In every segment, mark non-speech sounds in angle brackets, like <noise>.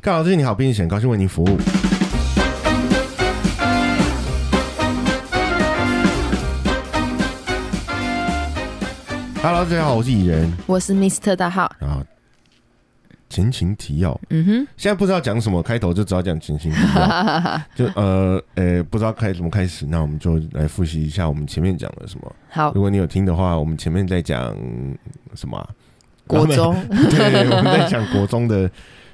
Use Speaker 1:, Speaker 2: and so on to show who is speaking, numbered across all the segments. Speaker 1: 大家好，最近你好，并且很高兴为您服务。Hello，大家好，我是蚁人
Speaker 2: 我是 Mr 大号，
Speaker 1: 啊。然后前情提要，
Speaker 2: 嗯
Speaker 1: 现在不知道讲什么，开头就只好讲前情提
Speaker 2: <laughs>
Speaker 1: 要，
Speaker 2: 哼，
Speaker 1: 就呃呃，不知道开怎么开始，那我们就来复习一下我们前面讲了什么。
Speaker 2: 好，
Speaker 1: 如果你有听的话，我们前面在讲什么啊、 <laughs>
Speaker 2: 国中
Speaker 1: 对，我们在讲国中的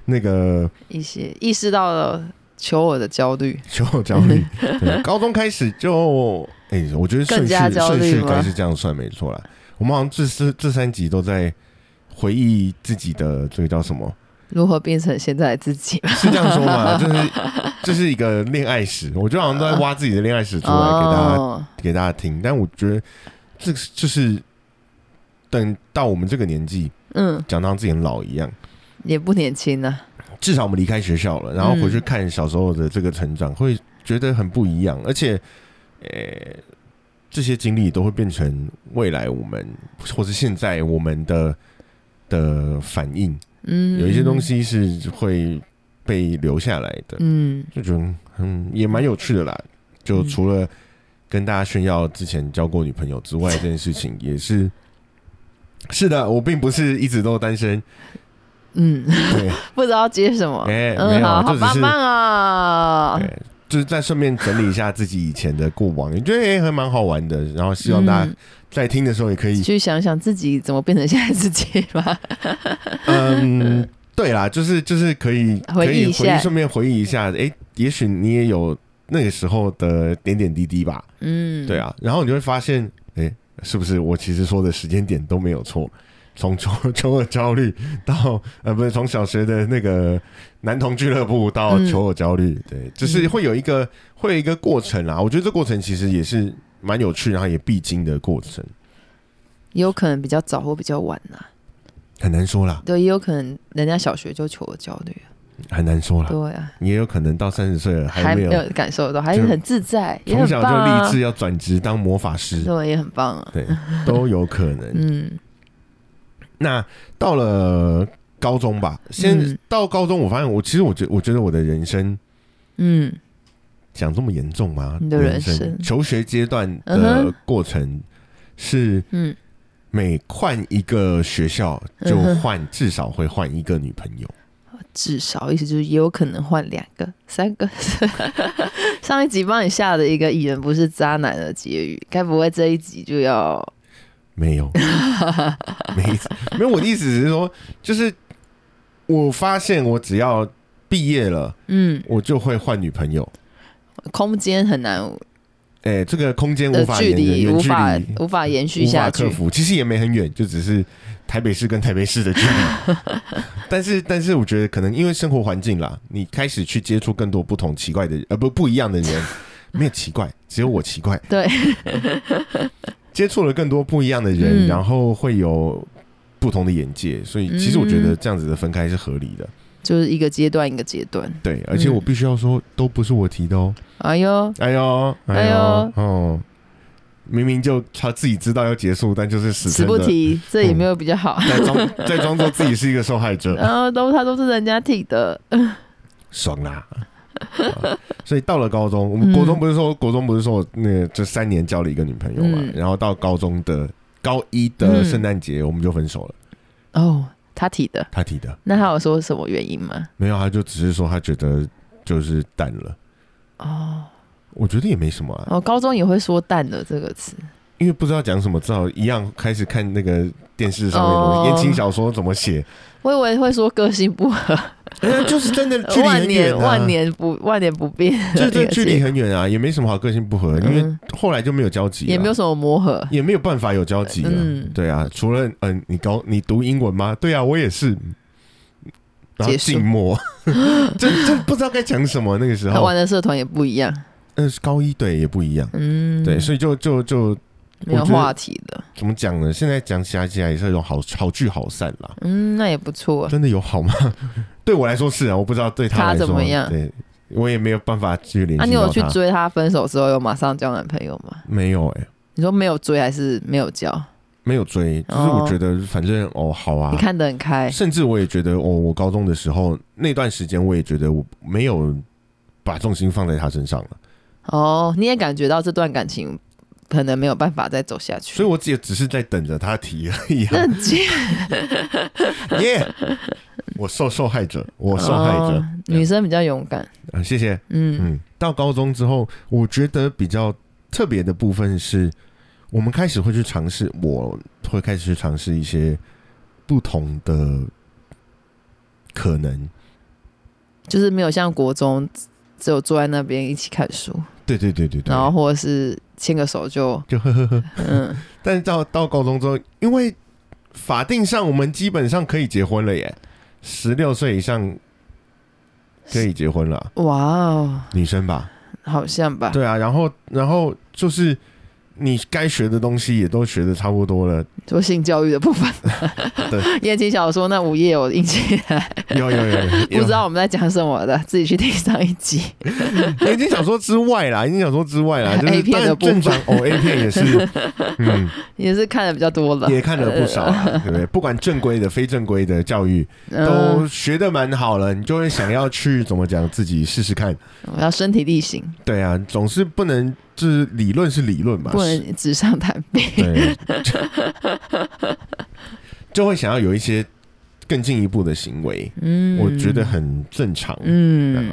Speaker 1: 那个
Speaker 2: 一些意识到了求偶的焦虑，
Speaker 1: 求偶焦虑。 <laughs> 对，高中开始就，哎、我觉得顺
Speaker 2: 嗯更
Speaker 1: 序
Speaker 2: 加焦虑
Speaker 1: 顺序
Speaker 2: 吗
Speaker 1: 该是这样算没错啦。我们好像这四这三集都在回忆自己的这个叫什么？
Speaker 2: 如何变成现在的自己？
Speaker 1: <laughs> 是这样说
Speaker 2: <laughs>
Speaker 1: 吗？就是这是一个恋爱史，我觉得好像都在挖自己的恋爱
Speaker 2: 嗯
Speaker 1: 史出来给大家、
Speaker 2: 哦，
Speaker 1: 给大家听。但我觉得这是就是等到我们这个年纪，
Speaker 2: 嗯，
Speaker 1: 讲到自己很老一样。
Speaker 2: 也不年轻啊了，
Speaker 1: 至少我们离开学校了，然后回去
Speaker 2: 嗯
Speaker 1: 看小时候的这个成长，会觉得很不一样，而且，呃、这些经历都会变成未来我们或是现在我们的的反应，
Speaker 2: 嗯，
Speaker 1: 有一些东，西是会被留下来的，
Speaker 2: 嗯，
Speaker 1: 就觉得嗯也蛮有趣的啦。就除了跟大家炫耀之前交过女朋友之外，这件事情也是。 <laughs> 是的，我并不是一直都单身，
Speaker 2: 嗯， <laughs>
Speaker 1: 对，
Speaker 2: 不知道接什么，
Speaker 1: 哎没
Speaker 2: 嗯，
Speaker 1: 有
Speaker 2: 好
Speaker 1: 就
Speaker 2: 好
Speaker 1: 只
Speaker 2: 棒
Speaker 1: 是
Speaker 2: 棒啊，
Speaker 1: 对，就是再顺便整理一下自己以前的过往，也觉得也哎还蛮好玩的。然后希望大家
Speaker 2: 嗯
Speaker 1: 在听的时候也可以，
Speaker 2: 去想想自己怎么变成现在自己
Speaker 1: <laughs>
Speaker 2: 吧，
Speaker 1: 嗯，
Speaker 2: <laughs>
Speaker 1: 对啦，就是就是可以可
Speaker 2: 回忆
Speaker 1: 以
Speaker 2: 一
Speaker 1: 回
Speaker 2: 下
Speaker 1: 忆，顺便回忆一下，哎、也许你也有那个时候的点点滴滴吧，
Speaker 2: 嗯，
Speaker 1: 对，啊。然后你就会发现，哎、是不是我其实说的时间点都没有错？ <laughs> 从求求偶焦虑到呃，不是从小学的那个男童俱乐部到
Speaker 2: 嗯
Speaker 1: 求偶焦虑，对，只是
Speaker 2: 嗯
Speaker 1: 会有一个会有一个过程啊啦。我觉得这过程其实也是蛮有趣，然后也必经的过程，
Speaker 2: 也有可能比较早或比较晚呐，
Speaker 1: 很难说啦，
Speaker 2: 对，也有可能人家小学就求偶焦虑，啊
Speaker 1: 很难说啦。
Speaker 2: 对啊，
Speaker 1: 也有可能到三十岁了还
Speaker 2: 还
Speaker 1: 没
Speaker 2: 没
Speaker 1: 有，
Speaker 2: 有感受到，还是
Speaker 1: 就
Speaker 2: 很自在，也
Speaker 1: 从
Speaker 2: 很
Speaker 1: 小
Speaker 2: 棒啊
Speaker 1: 就立志要转职当魔法师，
Speaker 2: 对，也很棒啊。
Speaker 1: 对，都有可能。
Speaker 2: 嗯，
Speaker 1: 那到了高中吧，先、
Speaker 2: 嗯
Speaker 1: 到高中，我发现我其实我觉我觉得我的人生
Speaker 2: 嗯，
Speaker 1: 讲这么严重吗？
Speaker 2: 你的人
Speaker 1: 生
Speaker 2: 生
Speaker 1: 求学阶段
Speaker 2: 嗯
Speaker 1: 的过程是
Speaker 2: 嗯，
Speaker 1: 每换一个学校就
Speaker 2: 嗯哼
Speaker 1: 换至少会换一个女朋友，
Speaker 2: 至少意思就是也有可能换两个、三个。 <laughs> 上一集帮你下的一个蚁人不是渣男的结语，该不会这一集就要
Speaker 1: 没有， <laughs> 没意思，没有。我的意思只是说，就是我发现我只要毕业了，
Speaker 2: 嗯，
Speaker 1: 我就会换女朋友。
Speaker 2: 空间很难
Speaker 1: 哎、这个空间
Speaker 2: 的
Speaker 1: 无法
Speaker 2: 呃距
Speaker 1: 延的
Speaker 2: 离
Speaker 1: 远
Speaker 2: 无
Speaker 1: 距
Speaker 2: 法
Speaker 1: 离
Speaker 2: 无法延续
Speaker 1: 无法
Speaker 2: 下
Speaker 1: 克
Speaker 2: 去。
Speaker 1: 服，其实也没很远，就只是台北市跟台北市的距
Speaker 2: <laughs>
Speaker 1: 离。但是，但是我觉得可能因为生活环境啦，你开始去接触更多不同奇怪的人，呃，不不一样的人，没有奇怪，只有我奇怪。
Speaker 2: 对，
Speaker 1: <laughs> 接触了更多不一样的人，
Speaker 2: 嗯
Speaker 1: 然后会有不同的眼界，所以其实我觉得
Speaker 2: 嗯
Speaker 1: 这样子的分开是合理的。
Speaker 2: 就是一个阶段一个阶段。
Speaker 1: 对，而且我必须要说，都不是我提的哦。
Speaker 2: 哎呦，
Speaker 1: 哎呦，
Speaker 2: 哎
Speaker 1: 呦
Speaker 2: 呦，
Speaker 1: 哦，明明就他自己知道要结束，但就是嗯死
Speaker 2: 死
Speaker 1: 撑
Speaker 2: 不
Speaker 1: 着
Speaker 2: 提，这也没有比较好。
Speaker 1: 在装 <laughs> 在装作自己是一个受害者，
Speaker 2: 然后都他都是人家提的，
Speaker 1: 爽啦、啊所以到了高中，我们国中
Speaker 2: 嗯
Speaker 1: 不是说、国中不是说我那个这三年交了一个女朋友嘛，
Speaker 2: 嗯
Speaker 1: 然后到高中的高一的圣诞节我们就分手了。
Speaker 2: 哦，他提的。
Speaker 1: 他提的
Speaker 2: 那他有说什么原因吗？
Speaker 1: 没有，他就只是说他觉得就是淡了，
Speaker 2: 哦，
Speaker 1: 我觉得也没什么、啊，
Speaker 2: 哦，高中也会说“淡”的这个词，
Speaker 1: 因为不知道讲什么，只好一样开始看那个电视上面的东西
Speaker 2: 哦
Speaker 1: 言情小说怎么写，
Speaker 2: 我以为会说个性不
Speaker 1: <laughs>
Speaker 2: 合，
Speaker 1: 哎就是真的距离很
Speaker 2: 万
Speaker 1: 远、
Speaker 2: 年
Speaker 1: 啊，
Speaker 2: 万年不万年不变，
Speaker 1: 就是 <laughs> 这距离很远啊，也没什么好个性不合，因为
Speaker 2: 嗯
Speaker 1: 后来就没有交集、啊，
Speaker 2: 也没有什么磨 <laughs> 合，
Speaker 1: 也没有办法有交集了。
Speaker 2: 嗯
Speaker 1: 对啊，除了嗯、你高你读英文吗？对啊，我也是。然后
Speaker 2: 结束
Speaker 1: 静
Speaker 2: <laughs>
Speaker 1: 默，这这不知道该讲什么。那个时
Speaker 2: 他
Speaker 1: 候
Speaker 2: 玩，的社团也不一样，
Speaker 1: 嗯、高一对也不一样，
Speaker 2: 嗯，
Speaker 1: 对，所以就就就
Speaker 2: 没有话题的，
Speaker 1: 怎么讲呢？现在讲起来起来也是有好好聚好散啦。
Speaker 2: 嗯，那也不错，
Speaker 1: 真的有好吗？ <laughs> 对我来说是啊，我不知道对
Speaker 2: 他
Speaker 1: 来说
Speaker 2: 怎么样
Speaker 1: 对我也没有办法去联
Speaker 2: 那、
Speaker 1: 系
Speaker 2: 啊你
Speaker 1: 到
Speaker 2: 有
Speaker 1: 他。
Speaker 2: 去追他分手之后有马上交男朋友吗？
Speaker 1: 没有哎、
Speaker 2: 你说没有追还是没有交？
Speaker 1: 没有追，就是我觉得反正哦好啊
Speaker 2: 你，看得很开，
Speaker 1: 甚至我也觉得哦，我高中的时候那段时间，我也觉得我没有把重心放在他身上了，
Speaker 2: 哦，你也感觉到这段感情可能没有办法再走下去，
Speaker 1: 所以我也只是在等着他提而已、啊。
Speaker 2: 那这
Speaker 1: <laughs> 耶、我受受害者，我受害者，
Speaker 2: 哦女生比较勇敢，
Speaker 1: 啊谢谢。
Speaker 2: 嗯，
Speaker 1: 嗯，到高中之后，我觉得比较特别的部分是，我们开始会去尝试，我会开始去尝试一些不同的可能。
Speaker 2: 就是没有像国中只有坐在那边一起看书，
Speaker 1: 对对对对对
Speaker 2: 然，后或者是牵个手
Speaker 1: <laughs>
Speaker 2: 就
Speaker 1: 就呵呵呵。
Speaker 2: 嗯，
Speaker 1: 但是到到高中之后，因为法定上我们基本上可以结婚了耶，十六岁以上可以结婚了，
Speaker 2: 哇哦，
Speaker 1: 女生吧？
Speaker 2: 好像吧，
Speaker 1: 对啊，然后然后就是你该学的东西也都学的差不多
Speaker 2: <laughs>
Speaker 1: 了，
Speaker 2: 做性教育的部分 <laughs>
Speaker 1: 对，
Speaker 2: 言情小说那五页我印起来，
Speaker 1: 有有有有，
Speaker 2: 不知道我们在讲什
Speaker 1: <laughs>
Speaker 2: 么的，自己去听上一集。
Speaker 1: 言情小说之外啦，言情小说之外啦，就是
Speaker 2: <laughs> A 片的部
Speaker 1: 当然正
Speaker 2: 分
Speaker 1: 常
Speaker 2: <laughs>
Speaker 1: 哦，A 片也是，嗯，
Speaker 2: 也是看的比较多了，呃
Speaker 1: 也看了不少啦，对不对？不管正规的、非正规的教育，
Speaker 2: 嗯
Speaker 1: 都，学的蛮好了，你就会想要去怎么讲，自己试试看。
Speaker 2: 我要身体力行，
Speaker 1: 对啊，总是不能就是理论是理论嘛，
Speaker 2: 不能纸上谈兵。
Speaker 1: 啊对，就 <laughs> 就会想要有一些更进一步的行为，
Speaker 2: <laughs> 嗯，
Speaker 1: 我觉得，很正常。
Speaker 2: 嗯，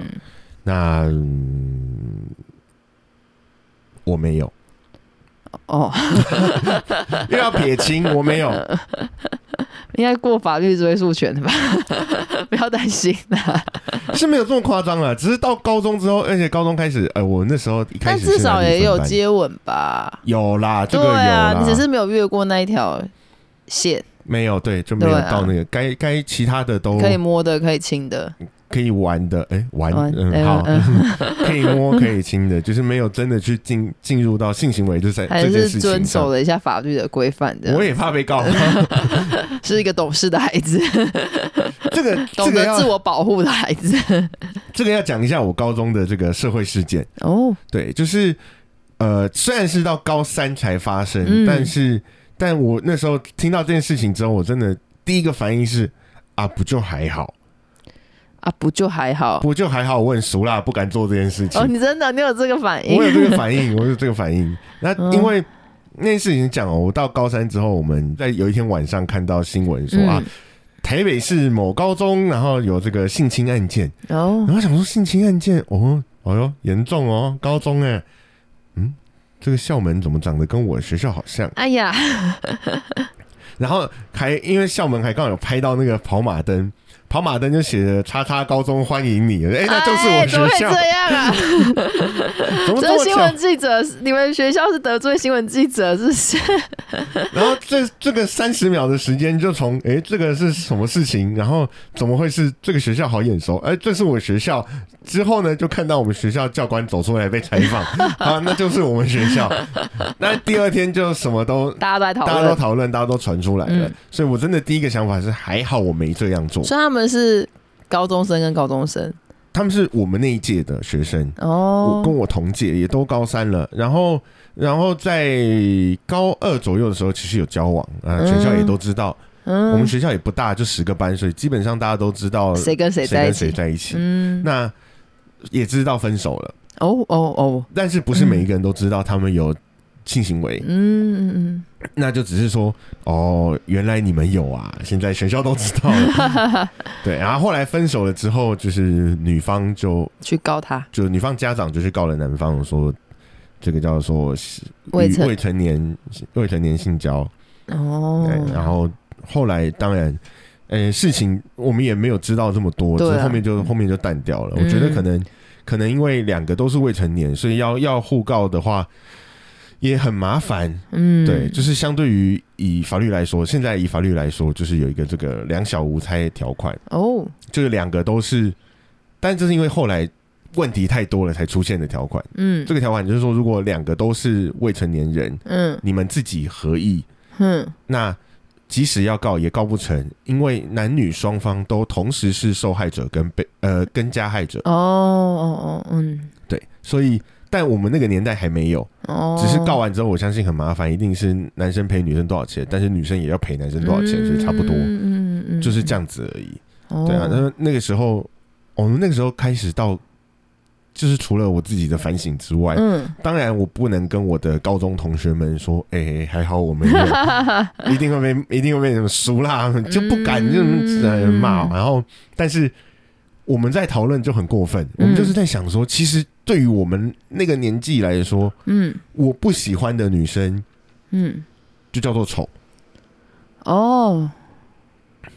Speaker 1: 那、嗯我没有。啊
Speaker 2: 哦，
Speaker 1: 又要撇清，我没
Speaker 2: <laughs>
Speaker 1: 有，
Speaker 2: 应该过法律追诉权的吧？ <laughs> 不要担心啦，
Speaker 1: 是没有这么夸张了。只是到高中之后，而且高中开始，呃，我那时候一开
Speaker 2: 但
Speaker 1: 始
Speaker 2: 至
Speaker 1: 是
Speaker 2: 少
Speaker 1: 男女
Speaker 2: 也有
Speaker 1: 分班，
Speaker 2: 接吻吧？
Speaker 1: 有啦，这
Speaker 2: 对
Speaker 1: 个有啦，
Speaker 2: 啊，你只是没有越过那一条线，
Speaker 1: 没有对，就没有
Speaker 2: 对啊
Speaker 1: 到那个该该其他的都
Speaker 2: 可以摸的，可以亲的，
Speaker 1: 可以玩的，哎，玩
Speaker 2: 玩
Speaker 1: 嗯
Speaker 2: 嗯
Speaker 1: 好 <laughs>
Speaker 2: 嗯，
Speaker 1: 可以摸可以亲的，就是没有真的去进进入到性行为这三
Speaker 2: 还
Speaker 1: 这件
Speaker 2: 是
Speaker 1: 事
Speaker 2: 遵
Speaker 1: 情上
Speaker 2: 守。了一下法律的规范
Speaker 1: 我
Speaker 2: 的，
Speaker 1: 也怕被
Speaker 2: <laughs>
Speaker 1: 告，
Speaker 2: 是一个懂事的孩子，
Speaker 1: 这个 <laughs> 这
Speaker 2: 懂
Speaker 1: 个
Speaker 2: 得自
Speaker 1: 要
Speaker 2: 我保护的
Speaker 1: <laughs>
Speaker 2: 孩子。
Speaker 1: 这个要讲一下我高中的这个社会事件。
Speaker 2: 哦，
Speaker 1: 对，就是呃，虽然是到高三才发生，
Speaker 2: 嗯
Speaker 1: 但是但我那时候听到这件事情之后，我真的第一个反应是啊，不就还好，
Speaker 2: 啊，不就还好？
Speaker 1: 不就还好，我很熟啦，不敢做这件事情。
Speaker 2: 哦，你真的，你有这个反应
Speaker 1: 我？有这个反应，我有这个反应。那
Speaker 2: 哎嗯
Speaker 1: 因为那件事情讲哦，我到高三之后，我们在有一天晚上看到新闻说、啊
Speaker 2: 嗯，，
Speaker 1: 台北市某高中，然后有这个性侵案件，
Speaker 2: 哦
Speaker 1: 然，后想说性侵案件，哦，哎呦，严重哦，高中哎，嗯，这个校门怎么长得跟我学校好像？
Speaker 2: 哎
Speaker 1: <laughs>
Speaker 2: 呀，
Speaker 1: 然后还因为校门还刚好有拍到那个跑马灯，跑马灯就写着“叉叉高中欢迎你”，哎，那就是我
Speaker 2: 哎怎么
Speaker 1: 学
Speaker 2: 会
Speaker 1: 校，
Speaker 2: 这
Speaker 1: <laughs>
Speaker 2: 样啊？
Speaker 1: 怎么这
Speaker 2: 这
Speaker 1: 么
Speaker 2: 新
Speaker 1: 巧
Speaker 2: 闻？记者，你们学校是得罪新闻记者，是不
Speaker 1: <laughs>
Speaker 2: 是？
Speaker 1: 然后这这个三十秒的时间就从哎、这个是什么事情，然后怎么会是这个学校好眼熟？哎、这是我学校。之后呢，就看到我们学校教官走出来被采访， <laughs> 啊，那就是我们学校。那第二天就什么都
Speaker 2: 大家都在讨
Speaker 1: 大家都
Speaker 2: 论。
Speaker 1: 讨论，大家都传出来了，
Speaker 2: 嗯
Speaker 1: 所以我真的第一个想法是，还好我没这样做。
Speaker 2: 所以他们是高中生跟高中生
Speaker 1: 他们是我们那一届的学生，我
Speaker 2: 哦
Speaker 1: 跟，我同届，也都高三了。然后，然后在高二左右的时候，其实有交往啊，
Speaker 2: 嗯
Speaker 1: 全校也都知道。我们
Speaker 2: 嗯，
Speaker 1: 学校也不大，就十个班，所以基本上大家都知道
Speaker 2: 谁跟谁
Speaker 1: 谁
Speaker 2: 在一
Speaker 1: 跟谁
Speaker 2: 起？
Speaker 1: 在一起。
Speaker 2: 嗯，
Speaker 1: 那也知道分手了，
Speaker 2: 哦哦哦，
Speaker 1: 但是不是每一个人都知道他们有性行为？
Speaker 2: 嗯嗯嗯，
Speaker 1: 那就只是说，哦，原来你们有啊，现在全校都知道了。
Speaker 2: <laughs>
Speaker 1: 对，然后后来分手了之后，就是女方就
Speaker 2: 去告他
Speaker 1: 就女方家长就去告了男方说，这个叫做
Speaker 2: 未成
Speaker 1: 未成年未成年性交。
Speaker 2: 哦
Speaker 1: 对，，然后后来当然，呃，事情我们也没有知道这么多，
Speaker 2: 对啊嗯
Speaker 1: 只是后面就后面就淡掉了。我觉得可能可能因为两个都是未成年，所以要要互告的话也很麻烦。
Speaker 2: 嗯，
Speaker 1: 对，就是相对于以法律来说，现在以法律来说，就是有一个这个两小无猜条款，
Speaker 2: 哦，
Speaker 1: 就是两个都是，但这是因为后来。问题太多了才出现的条款，
Speaker 2: 嗯，
Speaker 1: 这个条款就是说，如果两个都是未成年人，
Speaker 2: 嗯
Speaker 1: 你们自己合意，
Speaker 2: 哼，
Speaker 1: 那即使要告也告不成，因为男女双方都同时是受害者跟被呃跟加害者，
Speaker 2: 哦哦哦，嗯，
Speaker 1: 对，所以但我们那个年代还没有，
Speaker 2: 哦，
Speaker 1: 只是告完之后，我相信很麻烦，一定是男生赔女生多少钱，但是女生也要赔男生多少钱，所以差不多
Speaker 2: 嗯嗯嗯，
Speaker 1: 就是这样子而已。
Speaker 2: 哦。
Speaker 1: 对啊，那那个时候，我们那个时候开始到，就是除了我自己的反省之外，
Speaker 2: 嗯，
Speaker 1: 当然我不能跟我的高中同学们说，哎、还好我没有， <laughs> 一定会被一定会被什么输啦，就不敢就
Speaker 2: 嗯
Speaker 1: 在骂。然后，但是我们在讨论就很过分，
Speaker 2: 嗯
Speaker 1: 我们就是在想说，其实对于我们那个年纪来说，
Speaker 2: <laughs> 嗯
Speaker 1: 我不喜欢的女生
Speaker 2: 嗯，
Speaker 1: 就叫做丑，
Speaker 2: 哦，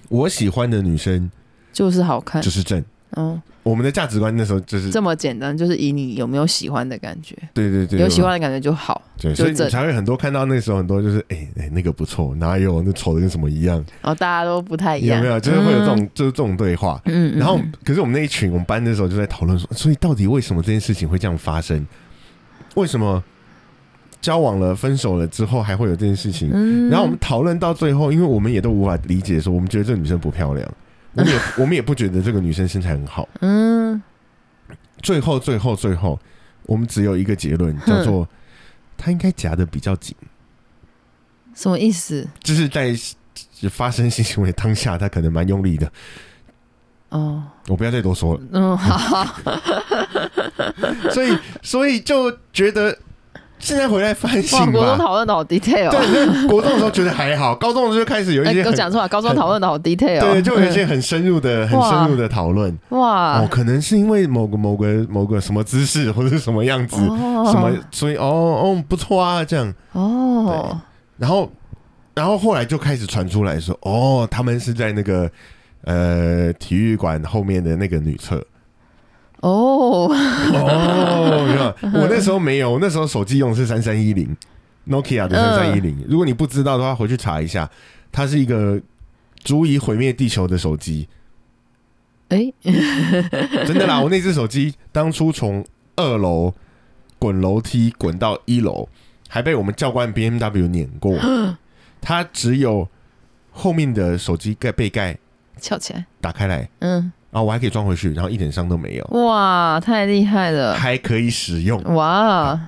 Speaker 1: 我喜欢的女生
Speaker 2: 就是好看
Speaker 1: 就是正。
Speaker 2: 哦，
Speaker 1: 我们的价值观那时候就是
Speaker 2: 这么简单，就是以你有没有喜欢的感觉，
Speaker 1: 对对对，
Speaker 2: 有喜欢的感觉就好。
Speaker 1: 对，
Speaker 2: 就
Speaker 1: 所以你
Speaker 2: 这
Speaker 1: 才会很多看到那时候很多就是哎哎、那个不错，哪有那丑的跟什么一样？
Speaker 2: 然哦后大家都不太一
Speaker 1: 有
Speaker 2: 样，嗯
Speaker 1: 没有？就是会有这种、就是这种对话。
Speaker 2: 嗯，嗯，嗯
Speaker 1: 然后，可是我们那一群我们班那时候就在讨论说，所以到底为什么这件事情会这样发生？为什么交往了、分手了之后还会有这件事情？
Speaker 2: 嗯，
Speaker 1: 然后我们讨论到最后，因为我们也都无法理解，说我们觉得这个女生不漂
Speaker 2: <laughs>
Speaker 1: 亮，我们也我们也不觉得这个女生身材很好。
Speaker 2: 嗯，
Speaker 1: 最后，最后，最后，我们只有一个结论，叫
Speaker 2: 嗯
Speaker 1: 做她应该夹的比较紧。
Speaker 2: 什么意思？
Speaker 1: 就是在发生性行为当下，他可能蛮用力的。
Speaker 2: 哦，
Speaker 1: 我不要再多说了，
Speaker 2: 嗯，好，
Speaker 1: 所以所以就觉得现在回来反省
Speaker 2: 哇，国
Speaker 1: 吧。
Speaker 2: 中讨论的好 detail，啊
Speaker 1: 对，那国中的时候觉得还好， <laughs> 高中的时候就开始有一
Speaker 2: 哎，
Speaker 1: 些
Speaker 2: 给我
Speaker 1: 很
Speaker 2: 讲出来，高中讨论的好 detail，啊
Speaker 1: 对，就有一些很深入的、很深入的讨论。
Speaker 2: 哇
Speaker 1: 哦，，可能是因为某个某个某个什么姿势或者什么样子，
Speaker 2: 什
Speaker 1: 什么，所以哦哦不错啊这样。
Speaker 2: 哦，
Speaker 1: 然后，然后后来就开始传出来说，哦，他们是在那个呃体育馆后面的那个女厕。
Speaker 2: 哦，
Speaker 1: 哦，你看，我那时候没有，我那时候手机用的是三三一零，Nokia 的三三一零。如果你不知道的话，回去查一下，它是一个足以毁灭地球的手机，
Speaker 2: 哎，
Speaker 1: 真的啦！我那只手机当初从二楼滚楼梯滚到一楼，还被我们教官 BMW 碾过。它只有后面的手机盖背盖
Speaker 2: 翘起来，
Speaker 1: 打开来，
Speaker 2: 嗯，
Speaker 1: 然后我还可以装回去，然后一点伤都没有，
Speaker 2: 哇，太厉害了，
Speaker 1: 还可以使用。
Speaker 2: 哇，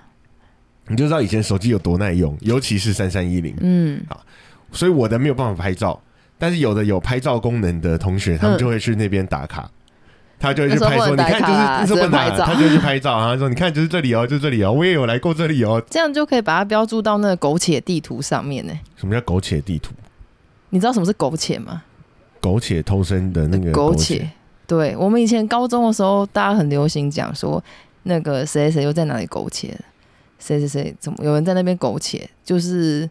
Speaker 1: 你就知道以前手机有多耐用，尤其是三三一零。
Speaker 2: 嗯，
Speaker 1: 所以我的没有办法拍照，但是有的有拍照功能的同学，他们就会去那边打卡，他就会去拍
Speaker 2: 那时
Speaker 1: 说，
Speaker 2: 候
Speaker 1: 你
Speaker 2: 不能
Speaker 1: 看
Speaker 2: 打
Speaker 1: 就
Speaker 2: 卡
Speaker 1: 是
Speaker 2: 啦
Speaker 1: 那时候不能打
Speaker 2: 只能拍
Speaker 1: 卡，
Speaker 2: 照
Speaker 1: 他就去拍照，然后说你看就是这里哦，就这里哦，我也有来过这里哦。
Speaker 2: 这样就可以把它标注到那个苟且地图上面呢。
Speaker 1: 什么叫苟且地图？
Speaker 2: 你知道什么是苟且吗？
Speaker 1: 苟且偷生的那个
Speaker 2: 苟
Speaker 1: 且
Speaker 2: 且。对我们以前高中的时候，大家很流行讲说，那个谁谁谁又在哪里苟且了，谁谁谁怎么有人在那边苟且，就是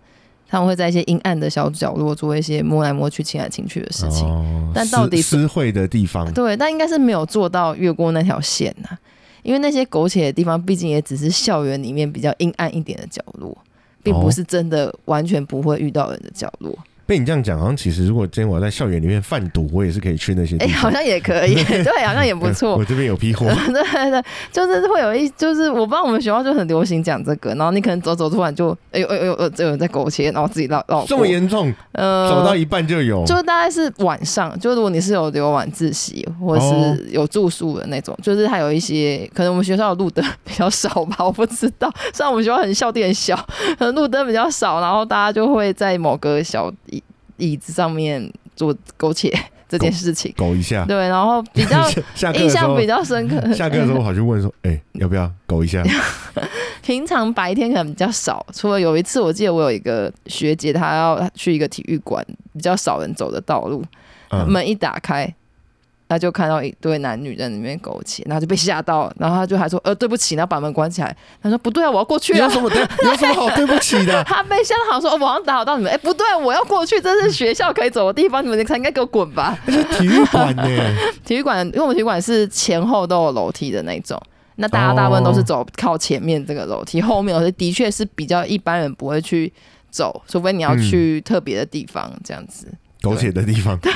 Speaker 2: 他们会在一些阴暗的小角落做一些摸来摸去、亲来亲去的事情。
Speaker 1: 哦
Speaker 2: 但到底
Speaker 1: 私私会的地方，
Speaker 2: 对，但应该是没有做到越过那条线呐、因为那些苟且的地方，毕竟也只是校园里面比较阴暗一点的角落，并
Speaker 1: 哦
Speaker 2: 不是真的完全不会遇到人的角落。
Speaker 1: <laughs> 被你这样讲，好像其实如果今天我在校园里面贩毒，我也是可以去那些地
Speaker 2: 哎、
Speaker 1: 方。哎
Speaker 2: 好像也可以， <laughs> 对，好像也不错。
Speaker 1: 我这边有批
Speaker 2: <laughs>
Speaker 1: 货，
Speaker 2: 对对对，就是会有一，就是我不知道我们学校就很流行讲这个，然后你可能走走突然就，哎呦哎呦哎呦，这有人在苟且，然后自己绕绕过
Speaker 1: 这么，严重，
Speaker 2: 呃，
Speaker 1: 走到一半就有。
Speaker 2: 就大概是晚上，就如果你是有留晚自习或
Speaker 1: 哦
Speaker 2: 是有住宿的那种，就是还有一些可能我们学校的路灯 <laughs> 比较少吧，我不知道。虽然我们学校很校地很小，可能路灯比较少，然后大家就会在某个小椅椅子上面做苟且 <laughs> 这件事情。
Speaker 1: 狗一下，
Speaker 2: 对，然后
Speaker 1: <laughs>
Speaker 2: 比较
Speaker 1: 啊下课的
Speaker 2: 印
Speaker 1: 时
Speaker 2: 象
Speaker 1: 候
Speaker 2: 比，较深刻， <laughs>
Speaker 1: 下课的时候我跑去问说，哎，
Speaker 2: 嗯
Speaker 1: 要不要狗一下？
Speaker 2: 平常白天可能比较少，除了有一次，我记得我有一个学姐，她要去一个体育馆比较少人走的道路，
Speaker 1: 嗯
Speaker 2: 门一打开，她就看到一对男女在里面苟且，然后就被吓到，然后她就还说：“呃，对不起。”然后把门关起来。她说：“不对啊，我要过去
Speaker 1: 你有
Speaker 2: 啊
Speaker 1: 什么对？你有什么好对不起！”的？
Speaker 2: <laughs> 她被吓到，好像说：“哦，我好像打扰到你们。”哎，不对，我要过去，这是学校可以走的地方，你们才应该给我滚吧。
Speaker 1: 那是体育馆
Speaker 2: <laughs>
Speaker 1: 呢、
Speaker 2: 体育馆，因为我们体育馆是前后都有楼梯的那种，那
Speaker 1: 哦
Speaker 2: 大家大部分都是走靠前面这个楼梯，后面有些的确是比较一般人不会去走，除非你要去特别的地方这样子。
Speaker 1: 苟且的地方。对，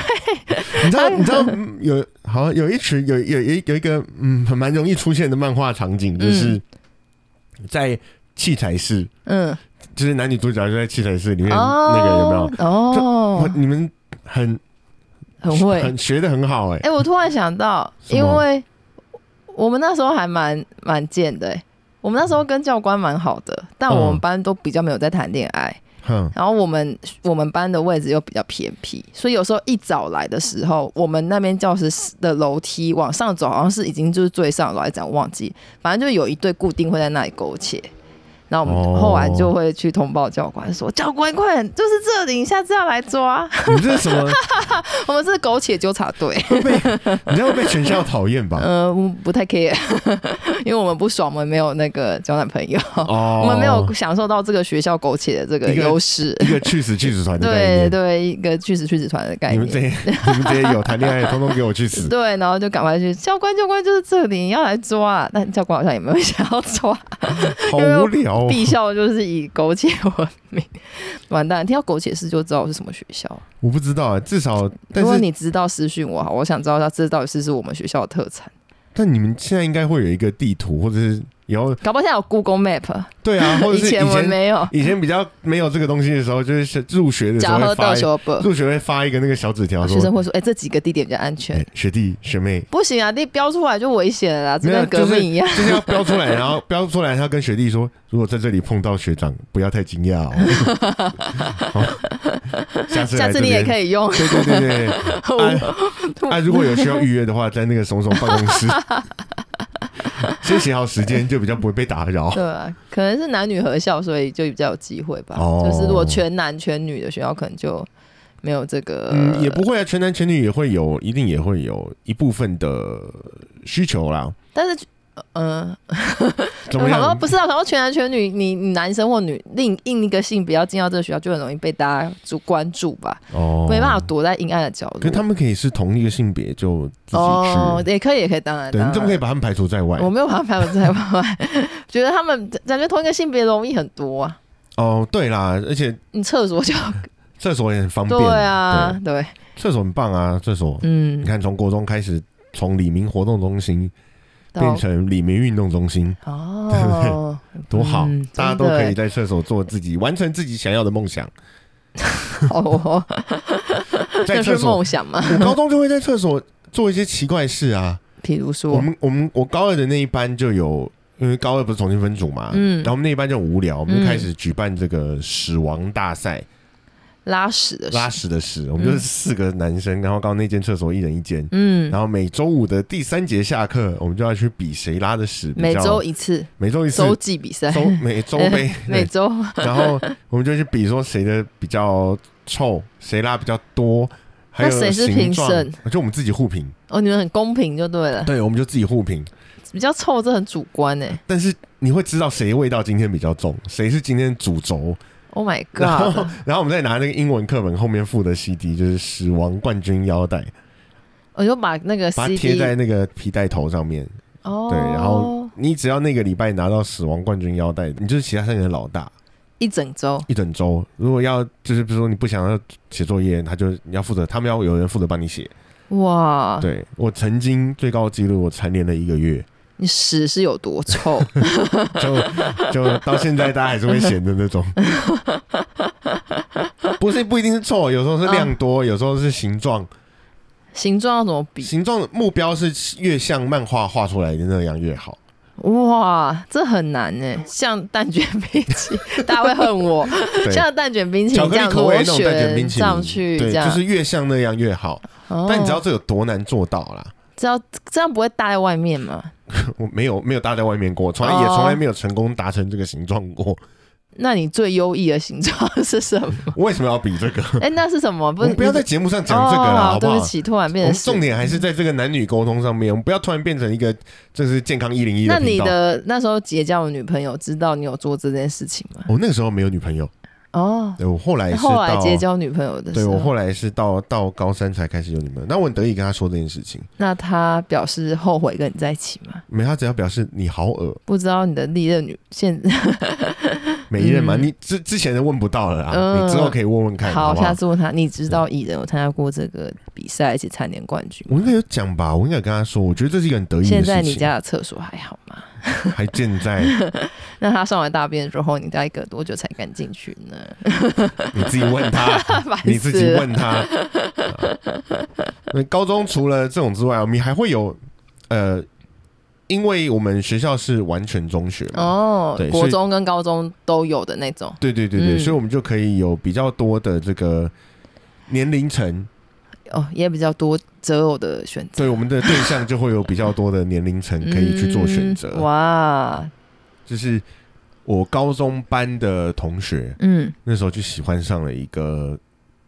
Speaker 1: 你知道，你知道嗯有好像有一群有有有有一个嗯，很蛮容易出现的漫画场景，就是在器材室，
Speaker 2: 嗯，
Speaker 1: 就是男女主角就在器材室里面，
Speaker 2: 哦，
Speaker 1: 那个有没有？
Speaker 2: 哦
Speaker 1: 哇，你们很
Speaker 2: 很
Speaker 1: <laughs>
Speaker 2: 会。
Speaker 1: 很学的很好
Speaker 2: <laughs>
Speaker 1: 哎、
Speaker 2: 哎、我突然想到，
Speaker 1: 什么
Speaker 2: 因为我们那时候还蛮蛮贱的、欸我们那时候跟教官蛮好的，但我
Speaker 1: 嗯
Speaker 2: 们班都比较没有在谈恋爱。
Speaker 1: 哼，
Speaker 2: 然后我们我们班的位置又比较偏僻，所以有时候一早来的时候，我们那边教室的楼梯往上走，好像是已经就是最上楼，还是怎样忘记，反正就有一对固定会在那里苟且。然后我
Speaker 1: 哦
Speaker 2: 们后来就会去通报教官说：“教官，快点，就是这里，你下次要来抓。
Speaker 1: 你这是什
Speaker 2: <laughs>
Speaker 1: 么？”
Speaker 2: 我们是苟且纠察队，
Speaker 1: 会被你这样会被全校讨厌吧？
Speaker 2: 呃，我不太 care，因为我们不爽，我们没有那个交男朋友，
Speaker 1: 哦，
Speaker 2: 我们没有享受到这个学校苟且的这个
Speaker 1: 一个
Speaker 2: 优势。
Speaker 1: 一个去死去死团的概
Speaker 2: 对
Speaker 1: 念。
Speaker 2: 对，一个去死去死团的概
Speaker 1: 你
Speaker 2: 念
Speaker 1: 们。这些
Speaker 2: <laughs>
Speaker 1: 你们这些有谈恋爱的，通通给我去死！
Speaker 2: 对，然后就赶快去教官，教官就是这里，你要来抓啊。但教官好像也没有想要
Speaker 1: <laughs>
Speaker 2: 抓，
Speaker 1: <laughs> 哦好无聊哦。
Speaker 2: 毕校就是以苟且闻名。完蛋，听到苟且式就知道我是什么学校。
Speaker 1: 我不知道啊，至少但
Speaker 2: 如果
Speaker 1: 是
Speaker 2: 你知道私讯我，好，我想知道他这到底是不是我们学校的特产。
Speaker 1: 但你们现在应该会有一个地图，或者是以后
Speaker 2: 搞不好现在有 Google Map，
Speaker 1: 对啊，或者
Speaker 2: 以
Speaker 1: 是以
Speaker 2: 前我们
Speaker 1: 前
Speaker 2: 没有。
Speaker 1: 以前比较没有这个东西的时候，就是入学的时
Speaker 2: 假
Speaker 1: 候
Speaker 2: 喝
Speaker 1: 会
Speaker 2: 到
Speaker 1: 发一
Speaker 2: 手本，
Speaker 1: 入学会发一个那个小纸条
Speaker 2: 学生
Speaker 1: 说
Speaker 2: 会说：“哎、这几个地点比较安：“全。
Speaker 1: 哎，学弟学妹，
Speaker 2: 不行啊，你标出来就危险了啦，这
Speaker 1: 没有啊
Speaker 2: 跟革命一样。
Speaker 1: 就是要标出来，然后标出来，他跟学弟说，如果在这里碰到学长，不要太惊讶哦。
Speaker 2: <laughs>
Speaker 1: 好下次
Speaker 2: 下
Speaker 1: 来
Speaker 2: 次
Speaker 1: 这
Speaker 2: 你也
Speaker 1: 边。
Speaker 2: 可以用。
Speaker 1: 对对对对，
Speaker 2: <laughs>
Speaker 1: 啊啊，如果有需要预约的话，在那个怂怂办公
Speaker 2: <laughs>
Speaker 1: 室，先写好时间，就比较不会被打扰。
Speaker 2: 对啊，可能是男女合校，所以就比较有机会吧。
Speaker 1: 哦
Speaker 2: 就是如果全男全女的学校，可能就没有这个。
Speaker 1: 嗯，也不会啊，全男全女也会有，一定也会有一部分的需求啦。
Speaker 2: 但是，嗯、
Speaker 1: 怎么
Speaker 2: 我想说
Speaker 1: 样？
Speaker 2: 呃不是啊，我想说全男全女，你你男生或女另另一个性别要进到这个学校，就很容易被大家注关注吧，
Speaker 1: 哦
Speaker 2: 没办法。躲在阴暗的角落。
Speaker 1: 可他们可以是同一个性别，就自己去。
Speaker 2: 哦，也可以，也可以，当然，
Speaker 1: 对，
Speaker 2: 当
Speaker 1: 你
Speaker 2: 然
Speaker 1: 怎么可以把他们排除在外？
Speaker 2: 我没有办法，我在外，觉得他们感觉同一个性别容易很多啊。
Speaker 1: 哦，对啦，而且
Speaker 2: 你厕所就
Speaker 1: 厕所也很方便。
Speaker 2: 对啊，对，
Speaker 1: 对，厕所很棒啊，厕所。
Speaker 2: 嗯
Speaker 1: 你，看，从国中开始，从李明活动中心变
Speaker 2: 到
Speaker 1: 成李明运动中心， <laughs>
Speaker 2: 哦，
Speaker 1: 多好！
Speaker 2: 嗯
Speaker 1: 大家都可以
Speaker 2: 真
Speaker 1: 在厕所做自己，完成自己想要的梦
Speaker 2: <laughs>
Speaker 1: 想。
Speaker 2: 好哦，
Speaker 1: 在
Speaker 2: 那
Speaker 1: 厕
Speaker 2: 是
Speaker 1: 所，
Speaker 2: 梦想嘛？
Speaker 1: 我高中就会在厕所做一些奇怪事啊。
Speaker 2: 比如
Speaker 1: 我
Speaker 2: 说，
Speaker 1: 们我们我高二的那一班就有，因为高二不是重新分组嘛，
Speaker 2: 嗯
Speaker 1: 然后我们那一班就很无聊，我们就
Speaker 2: 嗯
Speaker 1: 开始举办这个屎王大赛，
Speaker 2: 拉屎的
Speaker 1: 拉
Speaker 2: 屎，
Speaker 1: 屎的屎，我们就是四个男生，然后刚好那间厕所一人一间，
Speaker 2: 嗯，
Speaker 1: 然后每周五的第三节下课，我们就要去比谁拉的屎比
Speaker 2: 每
Speaker 1: 较，
Speaker 2: 周一次
Speaker 1: 每周一次
Speaker 2: 周，记比赛， <laughs>
Speaker 1: 周每周 <laughs> 杯，
Speaker 2: 每
Speaker 1: 对
Speaker 2: 周
Speaker 1: 然后我们就去比说谁的比较臭，谁拉比较多。还
Speaker 2: 那
Speaker 1: 有
Speaker 2: 谁是
Speaker 1: 形
Speaker 2: 评
Speaker 1: 状
Speaker 2: 审，
Speaker 1: 就我们自己互评，
Speaker 2: 哦，你们很公平就对了，
Speaker 1: 对，我们就自己互评，
Speaker 2: 比较臭这很主观哎
Speaker 1: 但是你会知道谁味道今天比较重，谁是今天主轴，
Speaker 2: ，Oh my
Speaker 1: 然后
Speaker 2: god，
Speaker 1: 然后我们再拿那个英文课本后面附的 CD，就是死亡冠军腰带，
Speaker 2: <laughs> 我就把那个
Speaker 1: 把它贴
Speaker 2: CD
Speaker 1: 在那个皮带头上面。
Speaker 2: 哦，
Speaker 1: 对然后你只要那个礼拜拿到死亡冠军腰带，你就是其他三个人的老大
Speaker 2: 一整周，
Speaker 1: 一整周。如果要就是比如说你不想要写作业，他就你要负责，他们要有人负责帮你写。
Speaker 2: 哇，
Speaker 1: 对我曾经最高纪录，我蝉联了一个
Speaker 2: <laughs>
Speaker 1: 月，
Speaker 2: 你屎是有多
Speaker 1: <laughs>
Speaker 2: 臭？
Speaker 1: 就就到现在大家还是会闲的那
Speaker 2: <laughs>
Speaker 1: 种。不是不一定是臭，有时候是量多，有时候是形状。
Speaker 2: 形状要怎么哦比？
Speaker 1: 形状的目标是越像漫画画出来的那样越好。
Speaker 2: 哇，这很难哎，像蛋卷冰淇
Speaker 1: <laughs>
Speaker 2: 淋，大家会恨我。
Speaker 1: 对，
Speaker 2: 像蛋卷冰淇
Speaker 1: 巧
Speaker 2: 淋
Speaker 1: 克
Speaker 2: 这
Speaker 1: 力
Speaker 2: 样
Speaker 1: 口味那
Speaker 2: 螺
Speaker 1: 种蛋卷冰
Speaker 2: 旋
Speaker 1: 淇淋，
Speaker 2: 上去，
Speaker 1: 对，
Speaker 2: 这样。
Speaker 1: 就是越像那样越好。
Speaker 2: 哦
Speaker 1: 但你知道这有多难做到啦？
Speaker 2: 这样这样不会搭在外面吗？
Speaker 1: 我没有没有搭在外面过，从来也
Speaker 2: 哦
Speaker 1: 从来没有成功达成这个形状过。
Speaker 2: 那你最优异的形状是
Speaker 1: <laughs>
Speaker 2: 什么？
Speaker 1: 为什么要比这个？
Speaker 2: 哎、那是什么？不
Speaker 1: 我
Speaker 2: 是
Speaker 1: 们不要在
Speaker 2: 你
Speaker 1: 节目上讲这个
Speaker 2: 哦
Speaker 1: 了，好不
Speaker 2: 对
Speaker 1: 好
Speaker 2: 不？起，突然
Speaker 1: 我
Speaker 2: 变
Speaker 1: 们
Speaker 2: 成
Speaker 1: 重点还是在这个男女沟通上面，我们不要突然变成一个就是健康一零一
Speaker 2: 那
Speaker 1: 的
Speaker 2: 你
Speaker 1: 频道。
Speaker 2: 的那时候结交的女朋友知道你有做这件事情吗？
Speaker 1: 我那个时候没有女朋友，
Speaker 2: 哦，
Speaker 1: 对我后来
Speaker 2: 那
Speaker 1: 是
Speaker 2: 后来
Speaker 1: 到
Speaker 2: 结交女朋友的时
Speaker 1: 对
Speaker 2: 候，
Speaker 1: 我后来是到到高三才开始有女朋友，那我很得意跟他说这件事情。
Speaker 2: 那她表示后悔跟你在一起吗？
Speaker 1: 没，他只要表示你好恶，
Speaker 2: 不知道你的历任女现
Speaker 1: 每一任嘛，
Speaker 2: 嗯
Speaker 1: 你之之前的问不到了啊，
Speaker 2: 嗯
Speaker 1: 你之后可以问问 <laughs> 看，好
Speaker 2: <laughs> 好，
Speaker 1: 不好
Speaker 2: 下？次问她，你知道艺人有参加过这个比赛，而且蝉联冠军吗。
Speaker 1: 我应该有讲吧，我应该有跟他说，我觉得这是一个很得意
Speaker 2: 现
Speaker 1: 的
Speaker 2: 在
Speaker 1: 事
Speaker 2: 你
Speaker 1: 情，
Speaker 2: 家的厕所还好吗？
Speaker 1: 还健在，
Speaker 2: 那他上完大便之后，你大概隔多久才敢进去呢？
Speaker 1: 你自己问他，
Speaker 2: <laughs> 烦
Speaker 1: 你自己
Speaker 2: 死了
Speaker 1: 问
Speaker 2: <laughs>
Speaker 1: 他。啊啊那高中除了这种之外，我们还会有呃因为我们学校是完全中学嘛，
Speaker 2: 哦
Speaker 1: 对，所以
Speaker 2: 国中跟高中都有的那种。
Speaker 1: 对对对对，
Speaker 2: 嗯
Speaker 1: 所以我们就可以有比较多的这个年龄层，
Speaker 2: 哦，也比较多择偶的选择，
Speaker 1: 对我们的对象就会有比较多的年龄层可以去做选择。
Speaker 2: 嗯哇，
Speaker 1: 就是我高中班的同学，
Speaker 2: 嗯，
Speaker 1: 那时候就喜欢上了一个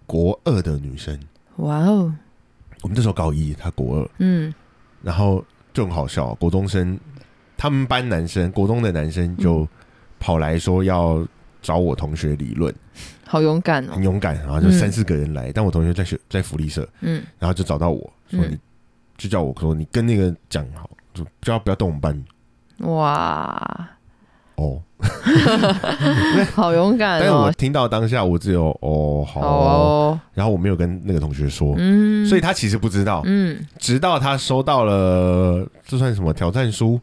Speaker 1: 国二的女生。
Speaker 2: 哇哦，
Speaker 1: 我们那时候高一，她国二，
Speaker 2: 嗯，
Speaker 1: 然后就很好笑，国中生他们班男生，国中的男生
Speaker 2: 嗯
Speaker 1: 就跑来说要找我同学理论，
Speaker 2: 好勇敢哦
Speaker 1: 很，勇敢，然后就
Speaker 2: 嗯
Speaker 1: 三四个人来，但我同学在学在福利社，
Speaker 2: 嗯
Speaker 1: 然后就找到我说
Speaker 2: 嗯
Speaker 1: 你，就叫我说你跟那个讲好，就叫他不要动我们班
Speaker 2: 嗯 <laughs> 哇，
Speaker 1: 哦。
Speaker 2: 好勇敢
Speaker 1: 但是我
Speaker 2: 哦，
Speaker 1: 听到当下我只有哦好
Speaker 2: 好
Speaker 1: 哦，
Speaker 2: 哦，
Speaker 1: 然后我没有跟那个同学说，
Speaker 2: 嗯，
Speaker 1: 所以他其实不知道，
Speaker 2: 嗯，
Speaker 1: 直到他收到了这算什么挑战书，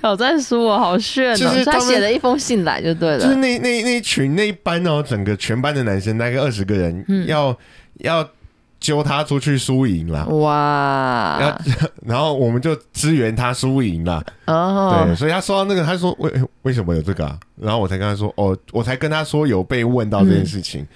Speaker 2: 挑战书我好炫哦，
Speaker 1: 就是他
Speaker 2: 他
Speaker 1: 们
Speaker 2: 写了一封信来就对
Speaker 1: 就是
Speaker 2: 了，
Speaker 1: 那那那一群那一班哦，整个全班的男生大概二十个人，
Speaker 2: 嗯
Speaker 1: 要要揪他出去输赢啦，
Speaker 2: 哇，
Speaker 1: 呃然后我们就支援他输赢啦，对，
Speaker 2: 哦，
Speaker 1: 所以他说到那个，他说为为什么有这个啊？然后我才跟他说，哦，我才跟他说有被问到这
Speaker 2: 嗯
Speaker 1: 件事情，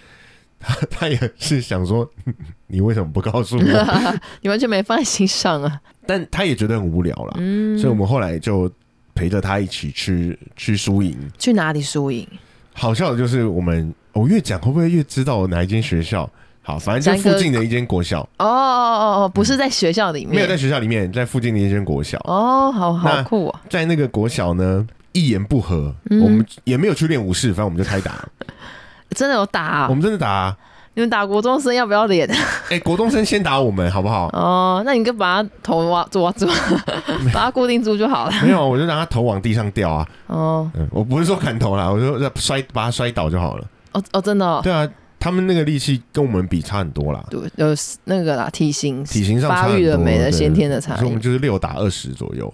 Speaker 1: 他他也是想说 <laughs> 你为什么不告诉我？
Speaker 2: <laughs> 你完全没放在心上啊，
Speaker 1: 但他也觉得很无聊啦，
Speaker 2: 嗯，
Speaker 1: 所以我们后来就陪着他一起去去输赢。
Speaker 2: 去哪里输赢？
Speaker 1: 好笑的就是我们，我、越讲会不会越知道我哪一间学校？好，反正就
Speaker 2: 讲一
Speaker 1: 附
Speaker 2: 个
Speaker 1: 近的一间国小，
Speaker 2: 哦哦哦哦，不是在学校里面，
Speaker 1: 没有在学校里面，在附近的一间国小，
Speaker 2: 哦，好
Speaker 1: 那
Speaker 2: 好酷哦，
Speaker 1: 在那个国小呢，一言不合，
Speaker 2: 嗯
Speaker 1: 我们也没有去练武士，反正我们就开打，
Speaker 2: 真的有打啊
Speaker 1: 我，们真的打、啊。
Speaker 2: 你们打国中生要不要脸？ <laughs>
Speaker 1: 哎、国中生先打我们好不好？
Speaker 2: 哦，那你就把他头挖抓抓，把它固定住就好了。
Speaker 1: 没有，我就让他头往地上掉啊！
Speaker 2: 哦
Speaker 1: 嗯，我不是说砍头啦，我就让摔把他摔倒就好了。
Speaker 2: 哦哦，真的、哦，
Speaker 1: 对啊，他们那个力气跟我们比差很多啦，
Speaker 2: 有有那个啦，体型、
Speaker 1: 体型上差很
Speaker 2: 发
Speaker 1: 多
Speaker 2: 育的美的、
Speaker 1: 对
Speaker 2: 先天的差
Speaker 1: 所以我们
Speaker 2: 异。
Speaker 1: 就是六打二十左右。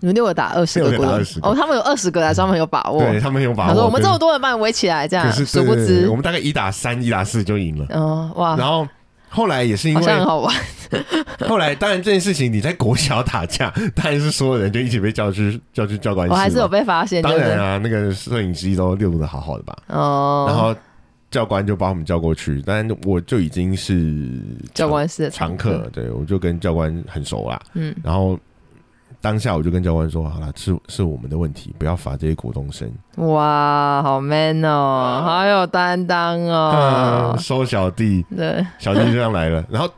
Speaker 2: 你们六个打二十
Speaker 1: 六
Speaker 2: 个
Speaker 1: 个
Speaker 2: 国
Speaker 1: 打
Speaker 2: 中
Speaker 1: 20，个
Speaker 2: 哦，他们有二十个来，所以他们有把握。
Speaker 1: 对他们有把
Speaker 2: 哦他说
Speaker 1: 握。
Speaker 2: 我们这么
Speaker 1: 可
Speaker 2: 多人把你围起来，这样，
Speaker 1: 是可是
Speaker 2: 殊
Speaker 1: 对
Speaker 2: 不
Speaker 1: 对对，
Speaker 2: 知
Speaker 1: 我，们大概一打三、一打四就赢了。
Speaker 2: 哦哇，
Speaker 1: 然后后来也是因
Speaker 2: 好像很
Speaker 1: 为
Speaker 2: 好玩。
Speaker 1: 后来，当然这件事情你在国小打架， <laughs> 当然是所有人就一起被叫去叫去教官室
Speaker 2: 我
Speaker 1: 嘛。
Speaker 2: 还是有被发现，
Speaker 1: 当
Speaker 2: 对
Speaker 1: 然
Speaker 2: 不对
Speaker 1: 啊，那个摄影机都溜得好好的吧。
Speaker 2: 哦，
Speaker 1: 然后教官就把我们叫过去，但我就已经是
Speaker 2: 教官嗯室的
Speaker 1: 常客，，对我就跟教官很熟啦。
Speaker 2: 嗯，
Speaker 1: 然后当下我就跟教官说：“好了，是是我们的问题，不要罚这些国中生。
Speaker 2: 哇，好 man 哦，好有担当
Speaker 1: 啊，
Speaker 2: 哦，
Speaker 1: <laughs> 收小弟，
Speaker 2: 对，
Speaker 1: 小弟就这样来了。 <laughs> 然后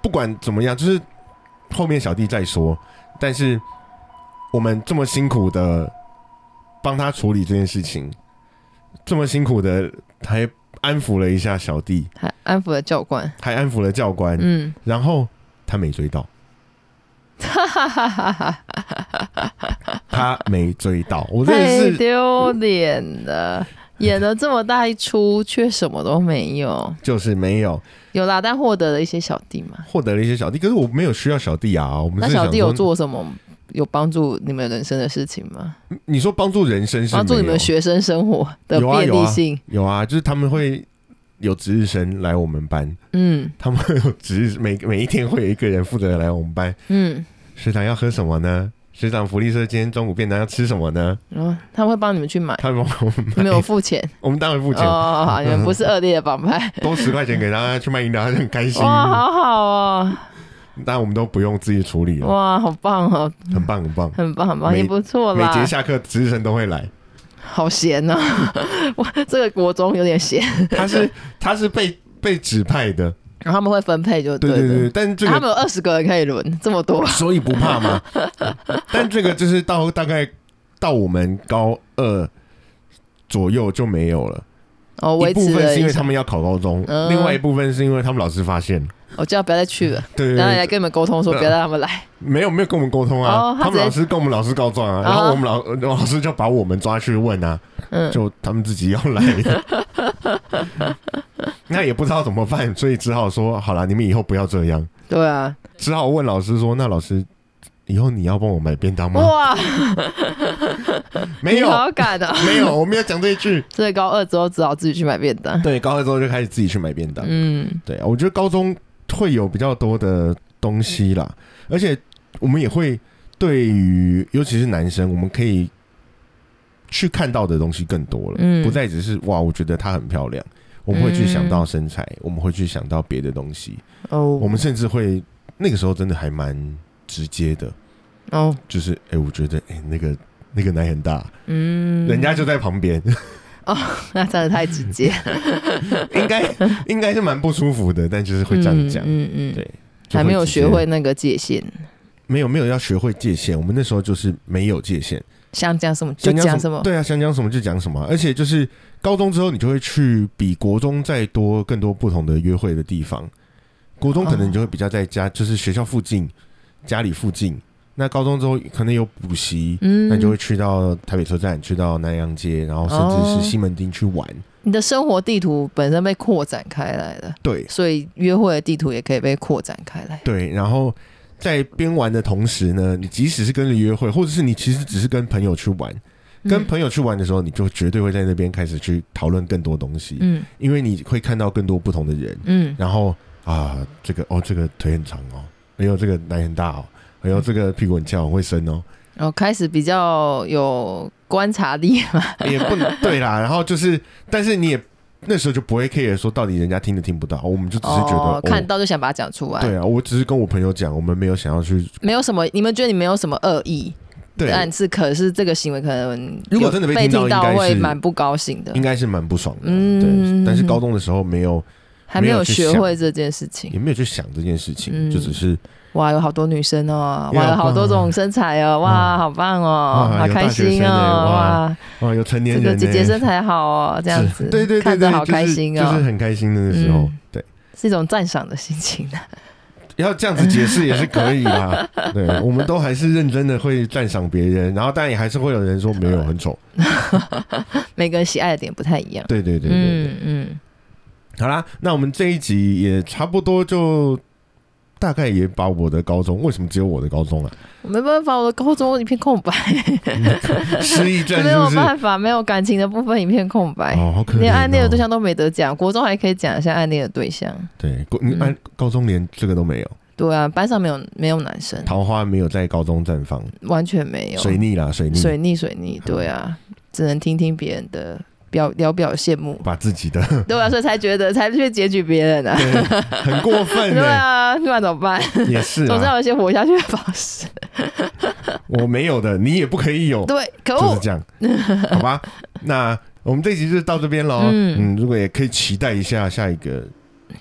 Speaker 1: 不管怎么样，就是后面小弟再说，但是我们这么辛苦的帮他处理这件事情，这么辛苦的还安抚了一下小弟，
Speaker 2: 还安抚了教官，
Speaker 1: 还安抚了教官，
Speaker 2: 嗯，
Speaker 1: 然后他没追
Speaker 2: <laughs>
Speaker 1: 到，
Speaker 2: 哈哈哈哈哈。
Speaker 1: 他没追到，我真
Speaker 2: 太
Speaker 1: 的是
Speaker 2: 丢脸了！演了这么大一出，却什么都没有。
Speaker 1: 就是没有
Speaker 2: 有啦，但获得了一些小弟嘛。
Speaker 1: 获得了一些小弟，可是我没有需要小弟啊，我们
Speaker 2: 那
Speaker 1: 是
Speaker 2: 小
Speaker 1: 想
Speaker 2: 弟有
Speaker 1: 说，
Speaker 2: 做什么有帮助你们人生的事情吗？
Speaker 1: 你说帮助人生是
Speaker 2: 帮助你
Speaker 1: 没
Speaker 2: 们
Speaker 1: 有
Speaker 2: 学生生活的
Speaker 1: 有啊
Speaker 2: 便
Speaker 1: 有
Speaker 2: 利
Speaker 1: 啊
Speaker 2: 性？
Speaker 1: 有啊，就是他们会有值日生来我们班，
Speaker 2: 嗯
Speaker 1: 他们会有值日每每一天会有一个人负责来我们班，
Speaker 2: 嗯，
Speaker 1: 学长要喝什么呢？学长福利社今天中午便当要吃什么呢？
Speaker 2: 然后他会帮你们
Speaker 1: <laughs>
Speaker 2: 去买，
Speaker 1: 他们帮我们
Speaker 2: 你们有
Speaker 1: 买，
Speaker 2: 付钱
Speaker 1: 我们当然哎付钱，
Speaker 2: 哦，好，你们不是恶劣的
Speaker 1: <laughs>
Speaker 2: 帮派。
Speaker 1: 多十块钱给他去卖饮料，他就很开心。
Speaker 2: 哇，好好哦，
Speaker 1: 但我们都不用自己处理了，
Speaker 2: 哇，好棒哦，
Speaker 1: 很棒很棒。
Speaker 2: 很棒很棒，
Speaker 1: 每
Speaker 2: 也不错
Speaker 1: 每节
Speaker 2: 啦，
Speaker 1: 下课值日生都会来，
Speaker 2: 好闲哦，哇，这个国中有点闲，
Speaker 1: 他是他是被被指派的，
Speaker 2: 然后他们会分配就
Speaker 1: 对
Speaker 2: 了
Speaker 1: 对对，但这
Speaker 2: 他
Speaker 1: 个
Speaker 2: 们有二十个人可以轮，这么多，
Speaker 1: 所以不怕嘛。 <laughs> 但这个就是到大概到我们高二左右就没有了。
Speaker 2: 哦，
Speaker 1: 一
Speaker 2: 维
Speaker 1: 部
Speaker 2: 持
Speaker 1: 分
Speaker 2: 了
Speaker 1: 是因
Speaker 2: 一
Speaker 1: 为
Speaker 2: 下
Speaker 1: 他，们要考高中，
Speaker 2: 嗯
Speaker 1: 另外一部分是因为他们老师发现，
Speaker 2: 我哦叫他不要再去了，
Speaker 1: 对对
Speaker 2: 然后
Speaker 1: 对
Speaker 2: 来，跟你们沟通说
Speaker 1: 嗯
Speaker 2: 不要让他们来，
Speaker 1: 没有没有跟我们沟通啊
Speaker 2: 哦，他
Speaker 1: 他们老
Speaker 2: 直接
Speaker 1: 师跟我们老师告状啊，然后
Speaker 2: 哦
Speaker 1: 我们老老师就把我们抓去问啊，
Speaker 2: 嗯，
Speaker 1: 就他们自己要来，
Speaker 2: <laughs>
Speaker 1: 那也不知道怎么办，所以只好说好了，你们以后不要这样，
Speaker 2: 对啊，
Speaker 1: 只好问老师说，那老师以后你要帮我买便当吗？
Speaker 2: 哇，
Speaker 1: 嗯没有
Speaker 2: 你好敢啊！
Speaker 1: <laughs> 没有，我没有讲这一句。
Speaker 2: 所以高二之后只好自己去买便
Speaker 1: <laughs>
Speaker 2: 当，
Speaker 1: 对，高二之后就开始自己去买便当。
Speaker 2: 嗯
Speaker 1: 对啊，我觉得高中会有比较多的东西啦，而且我们也会对于尤其是男生，我们可以去看到的东西更多了，
Speaker 2: 嗯
Speaker 1: 不再只是哇，我觉得她很漂亮，我们会去想到身
Speaker 2: 嗯
Speaker 1: 材，我们会去想到别的东西，
Speaker 2: 哦，
Speaker 1: 我们甚至会那个时候真的还蛮直接的，
Speaker 2: 哦，
Speaker 1: 就是哎、我觉得哎、那个那个奶很大，
Speaker 2: 嗯，
Speaker 1: 人家就在旁边，
Speaker 2: 那真的太直接，
Speaker 1: 应该
Speaker 2: <laughs>
Speaker 1: 应该是蛮不舒服的，但就是会这样讲，
Speaker 2: 嗯嗯，嗯
Speaker 1: 对就
Speaker 2: 还没有
Speaker 1: 会直接
Speaker 2: 学会那个界限，
Speaker 1: 没有没有要学会界限，我们那时候就是没有界限，
Speaker 2: 想讲什么就讲什么，
Speaker 1: 对啊，想讲什么就讲什么啊，而且就是高中之后，你就会去比国中再多更多不同的约会的地方。国中可能你就会比较在家，就是学校附近、家里附近。那高中之后可能有补习，
Speaker 2: 嗯，
Speaker 1: 那你就会去到台北车站，去到南洋街，然后甚至
Speaker 2: 哦
Speaker 1: 是西门町去玩。
Speaker 2: 你的生活地图本身被扩展开来了，
Speaker 1: 对
Speaker 2: 所以约会的地图也可以被扩展开来。
Speaker 1: 对，然后在边玩的同时呢，你即使是跟着约会，或者是你其实只是跟朋友去玩，
Speaker 2: 嗯
Speaker 1: 跟朋友去玩的时候，你就绝对会在那边开始去讨论更多东西。
Speaker 2: 嗯
Speaker 1: 因为你会看到更多不同的人，
Speaker 2: 嗯
Speaker 1: 然后啊，这个哦，这个腿很长哦，哎呦，这个奶很大哦，哎呦，这个屁股很翘，很会伸哦，
Speaker 2: 然后嗯开始比较有观察力嘛，
Speaker 1: 也不能对啦。
Speaker 2: <laughs>
Speaker 1: 然后就是，但是你也那时候就不会 care 说到底人家听得听不到，哦我 <laughs> 们就只是觉得、哦、
Speaker 2: 看到就想把它讲出来，
Speaker 1: 对啊，我只是跟我朋友讲，我们没有想要去
Speaker 2: 没有什么，你们觉得你没有什么恶意，
Speaker 1: 对，
Speaker 2: 但是可是这个行为可能
Speaker 1: 如果
Speaker 2: 有
Speaker 1: 真的被
Speaker 2: 被
Speaker 1: 听到应该
Speaker 2: 会
Speaker 1: 是
Speaker 2: 蛮不高兴的
Speaker 1: 应，该是蛮不爽的。
Speaker 2: 嗯
Speaker 1: 对，但是高中的时候没有，
Speaker 2: 还没有
Speaker 1: 没有去
Speaker 2: 学
Speaker 1: 想
Speaker 2: 会这件事情
Speaker 1: 也。没有去想这件事情，
Speaker 2: 嗯
Speaker 1: 就只是
Speaker 2: 哇，有好多女生哦，
Speaker 1: 也
Speaker 2: 哇，
Speaker 1: 好
Speaker 2: 有好多
Speaker 1: 棒哦
Speaker 2: 种身材哦，哇，
Speaker 1: 啊
Speaker 2: 好棒哦，
Speaker 1: 啊
Speaker 2: 好
Speaker 1: 有
Speaker 2: 开
Speaker 1: 大学
Speaker 2: 心
Speaker 1: 生
Speaker 2: 哦，
Speaker 1: 欸哇
Speaker 2: 哇，
Speaker 1: 哦，有成
Speaker 2: 这
Speaker 1: 年
Speaker 2: 个
Speaker 1: 人、
Speaker 2: 姐
Speaker 1: 欸，
Speaker 2: 姐身材好哦，这样
Speaker 1: 是
Speaker 2: 子，
Speaker 1: 对对对对，
Speaker 2: 看着好
Speaker 1: 就是
Speaker 2: 开心哦，
Speaker 1: 就是很开心的那时候，
Speaker 2: 嗯
Speaker 1: 对。
Speaker 2: 是一种赞赏的心情啊。 <laughs>
Speaker 1: 要这样子解释也是可以啦。对，我们都还是认真的会赞赏别人，然后但也还是会有人说没有很丑。
Speaker 2: 嗯每个人喜爱的点不太一样。
Speaker 1: 对对对对对
Speaker 2: 嗯嗯，
Speaker 1: 好啦，那我们这一集也差不多就。大概也把我的高中，为什么只有我的高中啊？
Speaker 2: 我没办法，我的高中一片空白，
Speaker 1: 失
Speaker 2: <laughs>
Speaker 1: 忆症
Speaker 2: 没
Speaker 1: 是
Speaker 2: 有
Speaker 1: 不是？
Speaker 2: 办法，没有感情的部分一片空白，
Speaker 1: 哦，好可怜、哦。
Speaker 2: 连暗恋的对象都没得讲。国中还可以讲一下暗恋的对象，
Speaker 1: 对，高你
Speaker 2: 嗯
Speaker 1: 按高中连这个都没有，
Speaker 2: 对啊，班上没有没有男生，
Speaker 1: 桃花没有在高中绽放，
Speaker 2: 完全没有。
Speaker 1: 水逆啦，水逆，
Speaker 2: 水逆水逆，对啊，只能听听别人的表聊表羡慕，
Speaker 1: <laughs> 把自己的
Speaker 2: 对啊，所以才觉得才去检举别人啊。
Speaker 1: 对很过分
Speaker 2: 对
Speaker 1: 呢，
Speaker 2: 啊，不然怎么办？
Speaker 1: 也是
Speaker 2: 总是
Speaker 1: 啊，
Speaker 2: 要有一些活下去的方
Speaker 1: <laughs>
Speaker 2: 式。
Speaker 1: 我没有的，你也不可以有，
Speaker 2: 对，可
Speaker 1: 就是
Speaker 2: 恶，
Speaker 1: 这样，
Speaker 2: <laughs>
Speaker 1: 好吧？那我们这一集就到这边喽。
Speaker 2: 嗯
Speaker 1: 嗯如果也可以期待一下下一个，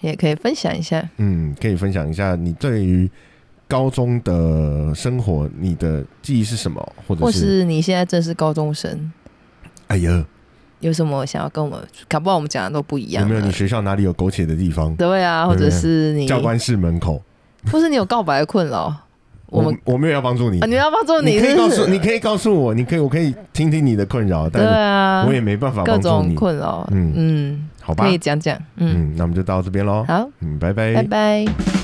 Speaker 2: 也可以分享一下。
Speaker 1: 嗯，可以分享一下你对于高中的生活，你的记忆是什么，或者
Speaker 2: 或
Speaker 1: 是
Speaker 2: 是你现在正是高中生，
Speaker 1: 哎呀，
Speaker 2: 有什么想要跟我们？搞不好我们讲的都不一样
Speaker 1: 有
Speaker 2: 啊。
Speaker 1: 没有你学校哪里有苟且的地方？
Speaker 2: 对啊，或者是你，
Speaker 1: 教官室门口，
Speaker 2: 或是你有告白的困扰，
Speaker 1: 我
Speaker 2: 我们
Speaker 1: 我没有要帮助你
Speaker 2: 啊，，你要帮助
Speaker 1: 你可以
Speaker 2: 是
Speaker 1: 告
Speaker 2: 不是
Speaker 1: 诉你可以告诉我，你可以我可以听听你的困扰，
Speaker 2: 对
Speaker 1: 但
Speaker 2: 啊，
Speaker 1: 我也没办法
Speaker 2: 各
Speaker 1: 帮助
Speaker 2: 种
Speaker 1: 你，
Speaker 2: 困扰，
Speaker 1: 嗯
Speaker 2: 嗯，
Speaker 1: 好吧
Speaker 2: 可？以讲讲，嗯，
Speaker 1: 嗯，那我们就到这边喽。
Speaker 2: 好，
Speaker 1: 嗯，拜拜
Speaker 2: 拜拜。